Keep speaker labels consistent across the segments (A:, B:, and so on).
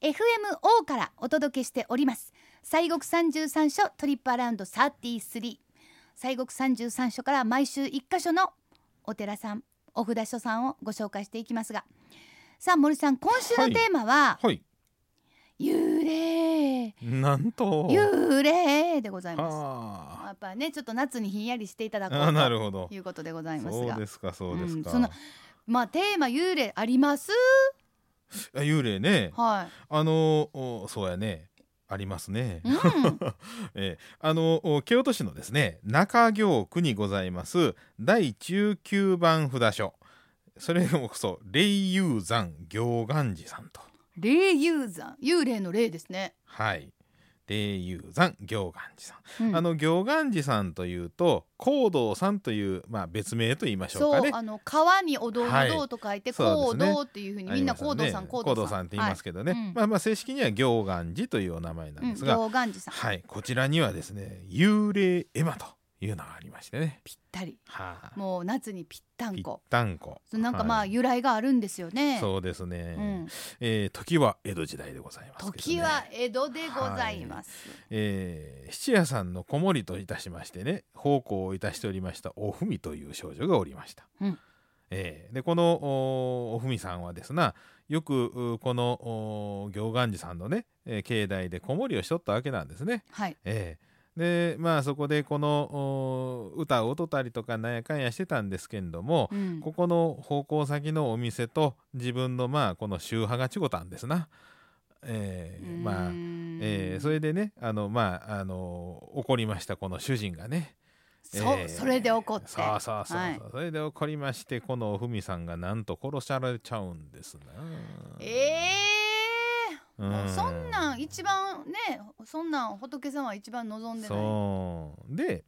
A: FMO からお届けしております西国三十三所トリップアラウンド33西国三十三所から毎週一箇所のお寺さんお札所さんをご紹介していきますがさあ森さん今週のテーマは、
B: はい
A: 幽霊
B: なんと
A: 幽霊でございます
B: あ
A: やっぱねちょっと夏にひんやりしていただ
B: ー
A: こ
B: あー
A: う
B: な
A: と
B: るほど
A: いうことでございます
B: そう
A: が
B: ですかそうです
A: う
B: か、
A: んそのまあテーマ幽霊あります
B: あ幽霊ね
A: は
B: あのおそうやねありますね
A: い、うん、
B: えーあのお京都市のですね中京区にございます第19番札所それもこそ霊友山行願寺さんと
A: 霊友山幽霊の霊ですね、
B: はい霊友山行願寺さん
A: うん
B: あの行願寺さんというと高道さんという、まあ、別名と言いましょうか
A: そう
B: ね。
A: あの川にお堂
B: は
A: の
B: い
A: 堂と書いて
B: そ
A: 高
B: うですね
A: 堂っていうふうにみんな高堂さん高
B: 高道
A: 堂
B: さ
A: さ
B: んっ
A: ん
B: て言いますけどね、
A: はいうん
B: まあ、まあ正式には行願寺というお名前なんです
A: う
B: が、
A: ん行願寺さん
B: はい、こちらにはですね幽霊絵馬というのがありましてね。
A: ぴったり
B: はあ、
A: もう夏にぴった
B: ぴ
A: ん
B: っ
A: こ
B: たんこ。
A: そうなんかまあ
B: はい
A: 由来があるんですよね、
B: そうですね、
A: うん、
B: えー時は江戸時代でございますけどね、
A: 時は江戸でございます、
B: えー七夜さんの子守といたしましてね奉公をいたしておりましたおふみという少女がおりました、
A: うん
B: えーでこのおおふみさんはですなよくうこのお行願寺さんのね、えー境内で子守をしとったわけなんですね、
A: はい
B: えーでまあそこでこのお歌を踊ったりとかなんやかんやしてたんですけれども、
A: うん
B: ここの奉公先のお店と自分のまあこの宗派が違ったんですな、えーまあえーそれでねあのまああの怒りましたこの主人がね、
A: そう
B: えー
A: それで怒って
B: そうそうそうそう、
A: はい
B: それで怒りましてこのおふみさんがなんと殺されちゃうんですな
A: え
B: う
A: え
B: ん
A: そんなん一番ねそんなん仏様は一番望んでない
B: そうで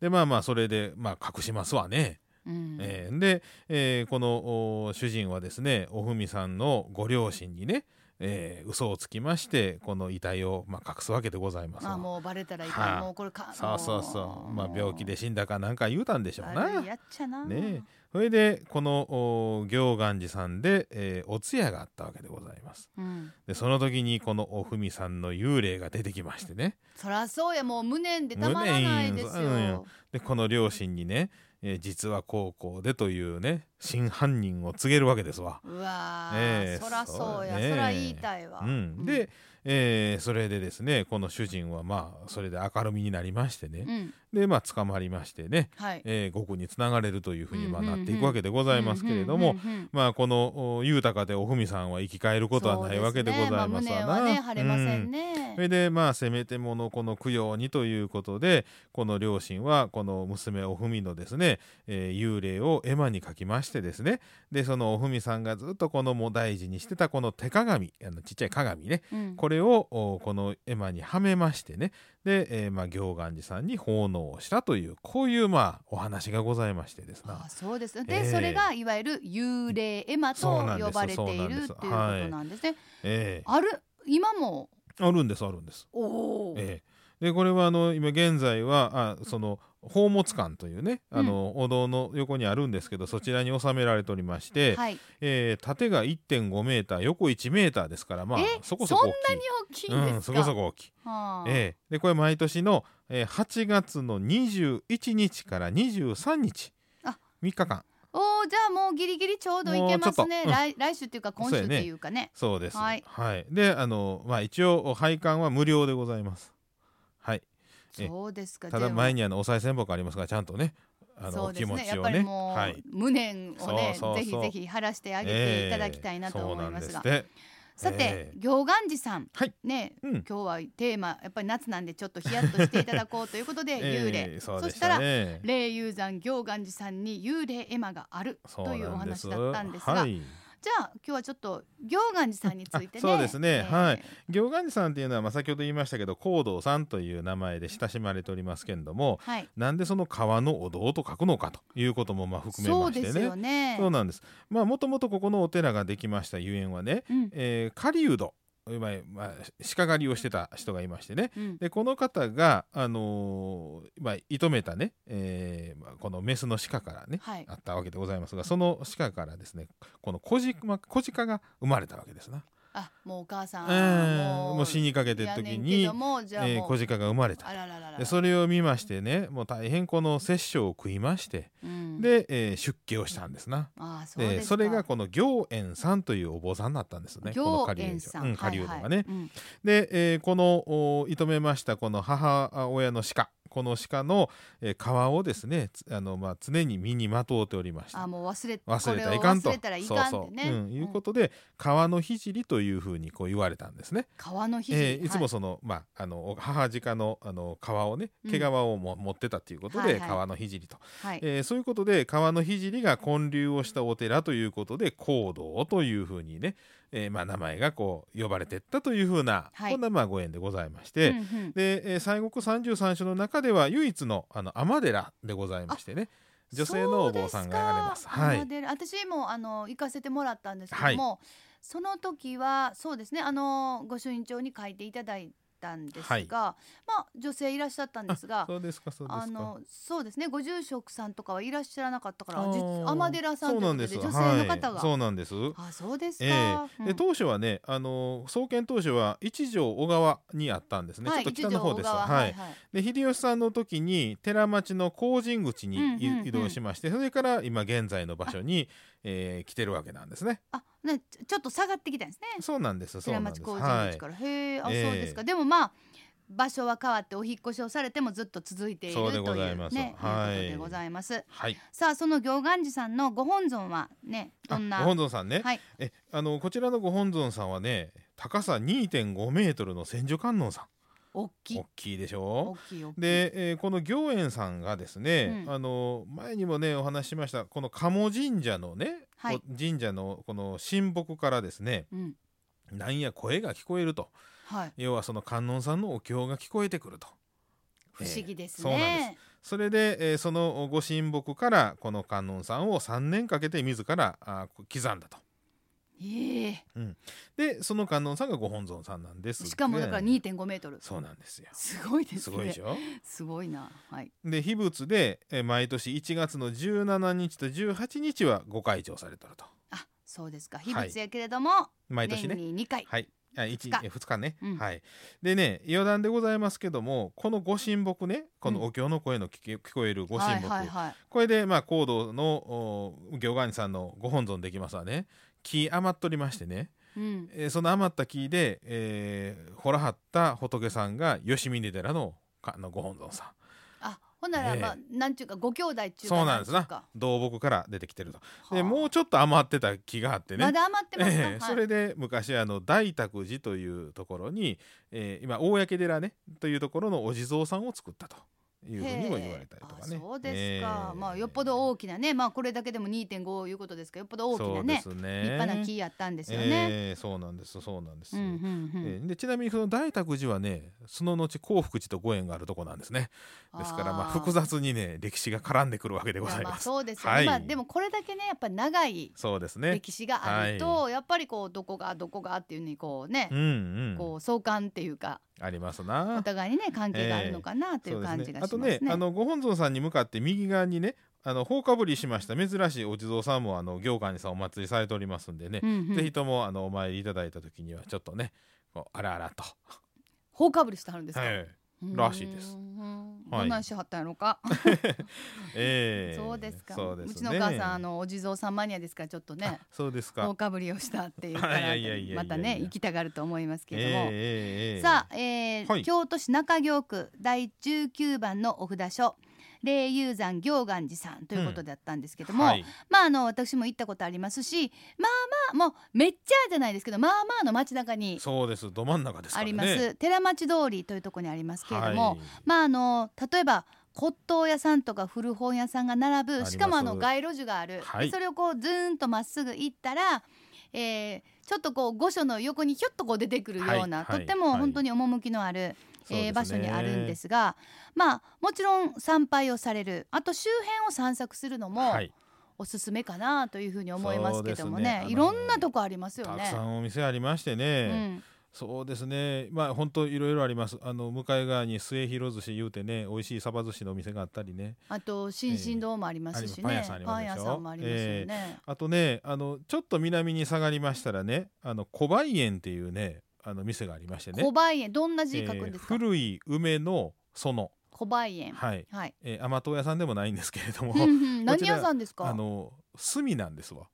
B: でまあまあそれでまあ隠しますわね、
A: うん
B: えーで、えーこのお主人はですねおふみさんのご両親にね、えー嘘をつきましてこの遺体を、まあ、隠すわけでございますわ
A: まあもうバレたらいかん、
B: はい
A: もうこれか
B: そうそうそうまあ病気で死んだかなんか言うたんでし
A: し
B: ょうな。
A: やっちゃな
B: ねえそれでこのお行願寺さんで、えーお通夜があったわけでございます
A: うん、
B: でその時にこのおふみさんの幽霊が出てきましてね
A: そらそうやもう無念でたまらないです
B: 無念や
A: よ、
B: でこの両親にね、えー実は高校でというね真犯人を告げるわけですわ。
A: うわー、
B: ええ
A: そらそうや
B: そう
A: そ,、
B: ね
A: ら言いたいわ、
B: うん、で、えーそれでですねこの主人はまあそれで明るみになりまして
A: う
B: ね、
A: ん
B: でまあ捕まりましてね、
A: はい
B: えー、獄につながれるというふうにまあ
A: うんうんう
B: なんっていくわけでございますけれども、
A: うんうんうんうん
B: まあこのお豊かでおふみさんは生き返ることはないわけでござい
A: そ
B: ますわな。
A: うですねまあ、胸はね晴れません
B: うん
A: ね
B: そ、れでまあせめてものこの供養にということでこの両親はこの娘おふみのですね、えー幽霊を絵馬に書きましてですねでそのおふみさんがずっとこのもう大事にしてたこの手鏡あのちっちゃい鏡ね
A: うん
B: これをおこの絵馬にはめましてねで、えーまあ行願寺さんに奉納をしたというこういうまあお話がございましてですな
A: あ。そうですねで、
B: ええ
A: それがいわゆる幽霊絵馬と
B: そうなんです
A: 呼ばれて
B: そうないん
A: るってい
B: で
A: うこ
B: す
A: となんですね、
B: ええ
A: ある今も
B: あるんですあるんです。
A: おお、
B: ええ、でこれはあの今現在はあその宝物館というねあの、お堂の横にあるんですけどそちらに収められておりまして、
A: はい
B: えー縦が1.5メーター横1メーターですからまあ
A: え
B: そこそこ大きい。
A: そんなに大きいんですか、
B: うん、そこそこ大きい、
A: はあ
B: ええ、でこれ毎年の、えー8月の21日から23日
A: あ
B: 3日間
A: おおじゃあもうギリギリちょうどいけますね、
B: もうちょっとうん
A: 来来週っていうか今週っていうかね
B: そうです。
A: は
B: はいい。で、あの、まあ、一応拝観は無料でございます。はい。
A: そ,、
B: そううね
A: ですか
B: ただ前
A: に
B: にあのお賽銭箱ありますからちゃんとね、あの、
A: そ
B: お
A: うで
B: 気
A: す
B: 持
A: ね
B: ち
A: やっ
B: を
A: ぱり
B: ね、
A: もう、
B: はい。
A: 無念をね
B: そうそうそう
A: ぜひぜひ晴らしてあげていただきたいなと思いますが、
B: ええそうなんですって
A: さて、
B: ええ
A: 行願寺さん、
B: はい
A: ね
B: う
A: 今
B: ん。
A: 日はテーマやっぱり夏なんでちょっとヒヤッとしていただこうということで幽霊、
B: ええそう
A: そ
B: で
A: し
B: したた
A: ら
B: ね。
A: 霊友山行願寺さんに幽霊絵馬がある
B: そう
A: と
B: なん
A: い
B: です
A: うお話だったんですが、
B: はい、
A: じゃあ今日はちょっと行願寺さんについてね
B: あ そうですねはい行願寺さんっていうのは、まあ、先ほど言いましたけど高道さんという名前で親しまれておりますけれども
A: はい、
B: なんでその川のお堂と書くのかということもまあ含め
A: そ
B: ま
A: う
B: してね
A: ですよね
B: そうなんです。まあもともとここのお寺ができましたゆえんはね、
A: うん
B: えー、狩人まあまあ鹿狩りをしてた人がいましてね。
A: うん
B: でこの方が、あのーまあ、射止めたね、えーまあ、このメスの鹿からね、
A: はい
B: あったわけでございますがその鹿からですねこの小鹿小鹿が生まれたわけですな。
A: あもうお母さん、
B: ええもう死にかけてる時に
A: やねんけどもじゃあもう
B: えー小鹿が生まれた
A: あらららら
B: でそれを見ましてねもう大変この殺生を食いまして
A: うん
B: で、えー出家をしたんですな。
A: ああそう
B: で
A: ですか
B: それがこの行円さんというお坊さんだったんですね。
A: 行
B: この
A: 遠さん、
B: うん、狩人がね。
A: はいはいうん
B: で、えーこのお射止めましたこの母親の鹿この鹿の、えー皮をですねつあの、まあ、常に身にまとうておりました
A: あ。もう忘れ
B: 忘れ
A: こ
B: たら
A: れ
B: い
A: を
B: かんと
A: 忘れたらいかんってね
B: そうそう、うん、いうことで「川のひじり」というふうにこう言われたんですね。
A: 川の肘、
B: えーいつも
A: は
B: その、まあ、あの母鹿のあの皮をね
A: うん
B: 毛皮をも、持ってたということ
A: はい
B: で「
A: はい
B: 川のひじり」と、
A: はい
B: えーそういうことで川のひじりが建立をしたお寺ということで講堂というふうにね、えーまあ、名前がこう呼ばれてったというふうな、
A: はい
B: こんなまあご縁でございまして、
A: うんうん
B: で、えー西国三十三所の中では唯一のあの尼寺でございましてね女性のお坊さんがあります。
A: そうですか
B: は
A: あの
B: い、
A: 出る私もあの行かせてもらったんですけども、その時はそうですねあのご朱印帳に書いていただいたんですが、
B: はい
A: まあ女性いらっしゃったんですが。
B: そうですかそうですか。
A: あのそうですねご住職さんとかはいらっしゃらなかったから
B: あー
A: 実尼寺さんということで
B: そう
A: 女
B: なん
A: 性の
B: はい
A: 方が、
B: そうなんです。
A: あそうですか、
B: ええ
A: うん
B: で当初はね、あの創建当初は一条小川にあったんですね、
A: はい
B: ちょっと北の方で
A: 一
B: す
A: 条小
B: わ
A: 川
B: は
A: はいいはい
B: で秀吉さんの時に寺町の高神口にい、
A: うんうんうん
B: 移動しましてそれから今現在の場所に、えー来てるわけなんですね
A: あねちょちょっと下がってきたんですね
B: そうなんですそう
A: 寺
B: なんで
A: 町
B: す
A: 工
B: は
A: 事
B: い
A: 口から、へえあ、
B: ええ
A: そうですかでもまあ場所は変わってお引っ越しをされてもずっと続いている
B: そ
A: と
B: うで
A: いう
B: ございます
A: ね、
B: はい
A: いうことでございます
B: はい
A: さあその行願寺さんのご本尊はねど
B: あ
A: ん
B: ご
A: な
B: 本尊さんね、
A: はい
B: えあのこちらのご本尊さんはね高さ2.5メートルの千手観音さん
A: 大きい
B: 大きいでしょ
A: 大きい大きい
B: で、えーこの行円さんがですね、
A: うん
B: あの前にもねお話ししましたこの鴨神社のね、
A: はい
B: お神社のこの神木からですね
A: うん
B: なんや声が聞こえると
A: はい
B: 要はその観音さんのお経が聞こえてくると
A: 不思議です
B: そうなん
A: ね、
B: それで、えーそのご神木からこの観音さんを3年かけて自らあー刻んだと
A: ええ
B: でその観音さんがご本尊さんなんですが
A: しかもだから2.5メートル
B: そうなんですよ
A: すごいですね
B: すごいでしょ
A: すごいなはい
B: で秘仏で、えー毎年1月の17日と18日はご開帳されてると
A: あそうですか
B: い
A: 秘仏やけれども、
B: 毎年ね
A: 年に2回
B: はいあ1
A: 二日
B: え2日ね、
A: うん
B: はいでね余談でございますけどもこのご神木ねこ
A: うん
B: のお経の声の聞け聞こえるご神木、
A: はいはいはい
B: これでまあ高度のお行願寺さんのご本尊できますわね木余っとりましてね、
A: うん
B: えーその余った木で、えー、ほらはった仏さんが吉峰寺のかのご本尊さん
A: あほんなら
B: ねえ
A: まあ、なんちゅうかご兄弟っちゅうか
B: そうなんです
A: ちゅう
B: な
A: か
B: 道木から出てきてると
A: は
B: で
A: あ
B: もうちょっと余ってた木があってね
A: まだ余ってますか、
B: ええそれで昔あの大覚寺というところに、えー今公寺ねというところのお地蔵さんを作ったというふうにも言われたりとか
A: へえ
B: ね
A: あそうですか、
B: ええ
A: まあよっぽど大きなねまあこれだけでも2.5いうことですからよっぽど大きなね
B: そうです
A: 立派な木やったんですよね、
B: ええそうなんですそうなんです、
A: うんうんうん
B: ええでちなみにその大覚寺はねその後興福寺とご縁があるとこなんですねですからまあ複
A: で
B: 雑にね歴史が絡んでくるわけでございます
A: そうですよね、
B: はい
A: まあでもこれだけねやっぱり長い
B: そうですね
A: 歴史があると、やっぱりこうどこがどこがっていうふうにこうね
B: う、んうん
A: こう相関っていうか
B: ありますな
A: お互いにね関係があるのかなとい
B: そううです
A: 感じがし
B: ね
A: ま
B: あ
A: す
B: と
A: ね。
B: ねあのご本尊さんに向かって右側にねあの放かぶりしました珍しいお地蔵さんもあの行官にさんお祭りされておりますんでね
A: う、んうん
B: ぜひともあのお参りいただいた時にはちょっとねこうあらあらと、
A: 放かぶりしてはるんですか、
B: はいらしいで
A: うー
B: す
A: ん。
B: はい
A: どんなんしはったんやろうか。
B: ええ
A: そうですか
B: そうですね
A: うちのお母さんあのお地蔵さんマニアですからちょっとね
B: あそうですか
A: 大かぶりをしたっていうから
B: いやいやいやいや
A: またね行きたがると思いますけれども、
B: ええええええ
A: さあ、えー
B: はい
A: 京都市中京区第19番のお札所霊友山行願寺さんということだったんですけども、
B: はい
A: まああの私も行ったことありますしまあまあもうめっちゃじゃないですけどまあまあの街中に
B: そうですど真ん中ですか
A: あ
B: らね
A: ります、寺町通りというところにありますけれども、
B: はい
A: まああの例えば骨董屋さんとか古本屋さんが並
B: り
A: ぶ
B: ます
A: しかもあの街路樹がある、
B: はい
A: でそれをこうずーんとまっすぐ行ったら、えーちょっとこう御所の横にひょっとこう出てくるような、
B: はいはい
A: とっても本当に趣のある、
B: そうです
A: えー
B: ね
A: 場所にあるんですがまあもちろん参拝をされるあと周辺を散策するのも
B: はい
A: おすすめかなというふうに思いますけどもね,、
B: そうです
A: い
B: ね
A: ろんなとこありますよ
B: た
A: ね。
B: くさんお店ありましてね、
A: うん
B: そうですねまあ本当いろいろありますあの向かい側に末広寿司言うてね美味しいサバ寿司のお店があったりね
A: あと新進堂もありますしね、
B: ええありますパン屋さん
A: パン屋さんも
B: あ
A: あ
B: り
A: り
B: ます
A: ますよ
B: よええ
A: ね、
B: あとねあのちょっと南に下がりましたらねあの小梅園っていうねあの店がありましてね
A: 小梅園どんな字書く
B: え
A: ん
B: ー
A: ですか、
B: 古い梅の園
A: 小梅園はい、
B: はい、えー、甘党屋さんでもないんですけれども
A: ふんふん
B: こ
A: 何
B: ちら
A: 屋さんです
B: あ
A: か
B: の炭なんですわ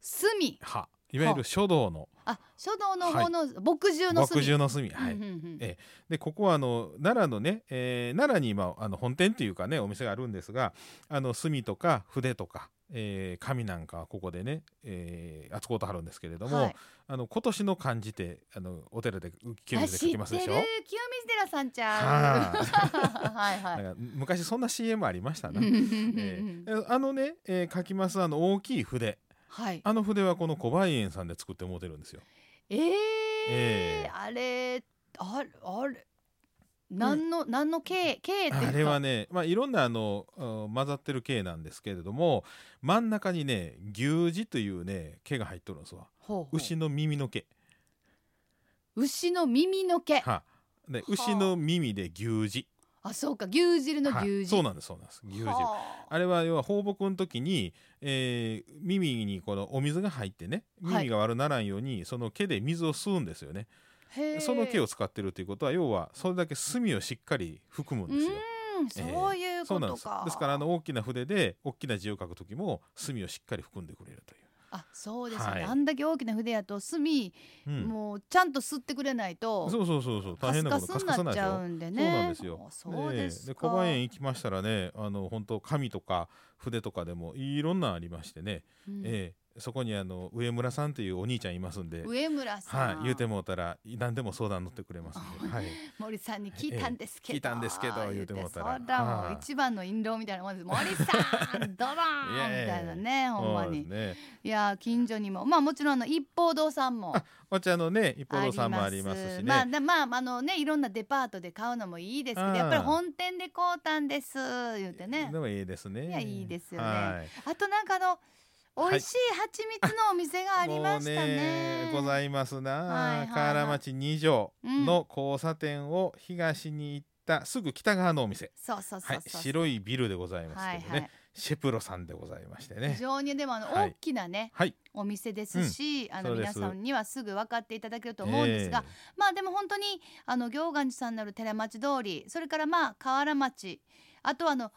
A: 隅
B: はいわゆる書道の
A: あ書道の方の牧獣の
B: 墨
A: 隅、
B: 汁の炭はい、
A: うんうんうん
B: えでここはあの奈良のね、えー奈良に今あの本店というかねお店があるんですがあの墨とか筆とか、えー紙なんかはここでね、えー、扱うとはるんですけれども、
A: はい
B: あの今年の漢字ってあのお寺で清
A: あ
B: 水で書きますでしょ
A: 知ってる清水寺さんちゃ
B: は
A: う はいはい
B: なんか昔そんな CM ありました
A: う
B: な。
A: んうんうんう
B: え
A: ん
B: ーあのね、えー書きますあの大きい筆
A: はい
B: あの筆はこの小梅園さんで作ってもうてるんですよ。
A: えー
B: ええ
A: あれあれあれ何の、何の形形っていうか
B: あれ はね、まあ、いろんなあのうん混ざってる系なんですけれども真ん中にね牛耳というね毛が入っとるんですわ
A: ほうほう
B: 牛の耳の毛
A: 牛の耳の毛
B: はで
A: はあ
B: 牛の耳で牛耳
A: あそうか牛汁の牛
B: は
A: 汁、
B: いそうなんですそうなんです牛耳
A: はあ
B: あれは要は放牧の時に、えー耳にこのお水が入ってね
A: はい
B: 耳が悪ならんようにその毛で水を吸うんですよね、
A: へえ
B: その毛を使ってるということは要はそれだけ墨をしっかり含むんですよ
A: うんそういう
B: そ
A: こ
B: うなん
A: と
B: です
A: か、
B: ですからあの大きな筆で大きな字を書く時も墨をしっかり含んでくれるという
A: あそうですよね、
B: はい
A: あんだけ大きな筆やと墨、
B: うん
A: もうちゃんと吸ってくれないと
B: そうそうそうそう大
A: カス
B: 変な
A: カ
B: こと
A: スになっちゃうんでね
B: そうなんですよ
A: あそうです
B: ええで
A: か、
B: 小林園行きましたらねあの本当紙とか筆とかでもいろんなんありましてね、
A: うん
B: ええそこにあの上村さんというお兄ちゃんいますんで、
A: 上村
B: は
A: さ
B: い
A: ん、、
B: 言うてもうたら何でも相談乗ってくれますんで、はい、
A: 森さんに聞いたんですけど、
B: ええ聞いたんですけど言うてもうたら
A: そらも
B: は
A: う
B: い
A: 一番の印籠みたいなもんです森さんドロ ーンみたいなねほんま
B: そう
A: に、
B: ですね
A: いや近所にもまあもちろんあの一方堂さ んも
B: お茶のね一方堂さんもあ
A: あ
B: り
A: り
B: ま
A: ますす
B: しね、
A: まあなまああのねいろんなデパートで買うのもいいですけ
B: うん
A: どやっぱり本店で買うたんです言うてね
B: でもいいですね
A: いやいいですよね
B: はい
A: あとなんかあの
B: はい
A: 美味しい蜂蜜のお店がありましたね,、
B: もうねございますな、
A: はいはいはい
B: 河原町二条の交差点を東に行ったすぐ北側のお店、
A: そうそう
B: は
A: そ、
B: いう
A: そう
B: 白いビルでございます
A: は
B: け
A: い
B: どね、
A: はい
B: シェプロさんでございまして
A: 非
B: ね
A: 常にでもあの、
B: はい
A: 大きなね
B: はい
A: お店ですし、あ
B: そ
A: の
B: うです
A: 皆さんにはすぐ分かっていただけると思うんですが、、まあでも本当にあの行願寺さんのある寺町通りそれからまあ河原町あとはあの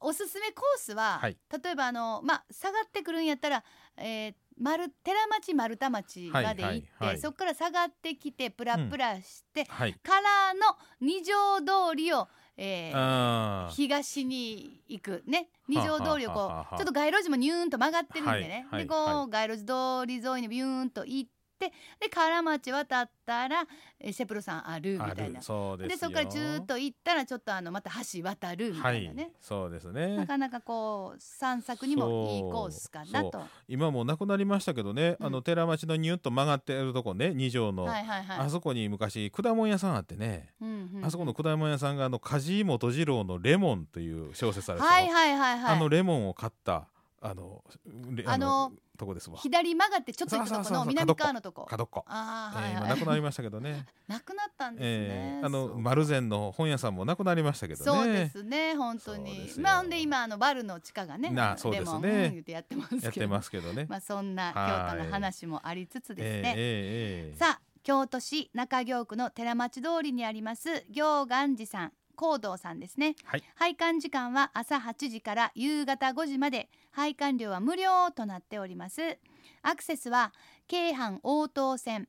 A: おすすめコースは、
B: はい
A: 例えばあの、まあ、下がってくるんやったら、えー、丸寺町丸太町まで行って、
B: はいはいはい
A: そこから下がってきてプラプラして、
B: えーはい
A: からの二条通りを、えー
B: あー
A: 東に行くね二条通りを
B: はあ
A: こ
B: はあはあはあ
A: うちょっと街路樹もニューンと曲がってるんでね、
B: はい
A: で
B: はい
A: こう街路樹通り沿いにビューンと行ってで河原町渡ったらえーシェプロさんあるみ
B: あ
A: たい
B: る
A: な
B: そうです
A: で
B: よ
A: そこからずーっと行ったらちょっとあのまた橋渡るみたいなね、
B: はいそうです
A: な
B: ね
A: かなかこう散策にもいいコースかなと。
B: 今もうなくなりましたけどね、
A: うん
B: あの寺町のニュッと曲がってるとこね二条の、
A: はいはいはい
B: あそこに昔果物屋さんあってね、
A: うんうん
B: あそこの果物屋さんがあの梶本次郎の「レモン」という小説あるでしょ
A: はいはいはいはい
B: あのレモンを買ったあのレ
A: あの
B: とこですわ
A: 左曲がってちょっと行くとこの南側のとこ
B: 角っこ、
A: ああ
B: えー
A: はい
B: 今
A: はい、
B: なくなりました けどね
A: なくなったんですね、
B: えー
A: そ
B: あの
A: う
B: 丸善の本屋さんもなくなりましたけどね
A: そうですね本当
B: そうで
A: に
B: すよ
A: まあほんで今あのバルの地下がね
B: なそうですね
A: レモンうん言ってやってますけど
B: やってますけどね、
A: まあ そんな
B: は
A: 京
B: い
A: 都の話もありつつですね、
B: えーえーえー
A: さあ京都市中京区の寺町通りにあります行願寺さん高堂さんですね
B: はい
A: 拝観時間は朝8時から夕方5時まで拝観料は無料となっておりますアクセスは京阪応答線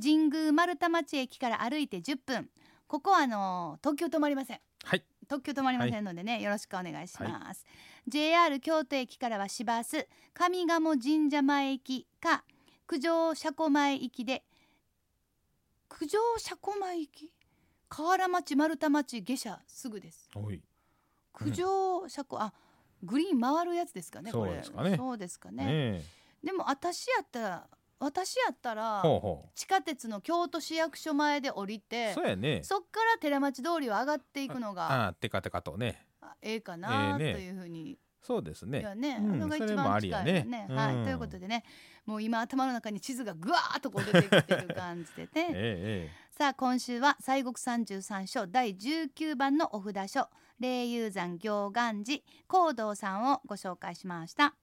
A: 神宮丸太町駅から歩いて10分ここはあの特急止まりません
B: はい
A: 特急止まりませんのでね、よろしくお願いします、JR 京都駅からは市バス上賀茂神社前駅か九条車庫前行きで九条車庫前行き河原町丸太町下車すぐです
B: おい
A: 九条車庫、あグリーン回るやつですかねこれ
B: そうですかね
A: そうですかね
B: ねえ
A: でも私やったら私やったら
B: ほうほ
A: 地下鉄の京都市役所前で降り
B: う
A: て
B: そうやね
A: そっから寺町通りを上がっていくのが
B: ああテカテカとね
A: あええかなと
B: ええね
A: いうふうに、
B: そうですね
A: いやね、
B: うん
A: それが
B: それ
A: 一
B: もあ
A: 番
B: り
A: 近い
B: や
A: よ
B: ね
A: ね。はい、
B: うん
A: ということでね、もう今頭の中に地図がぐわーっとこう出てきてる感じでね
B: え
A: さあ今週は西国三十三所第19番のお札書霊友山行願寺行道さんをご紹介しました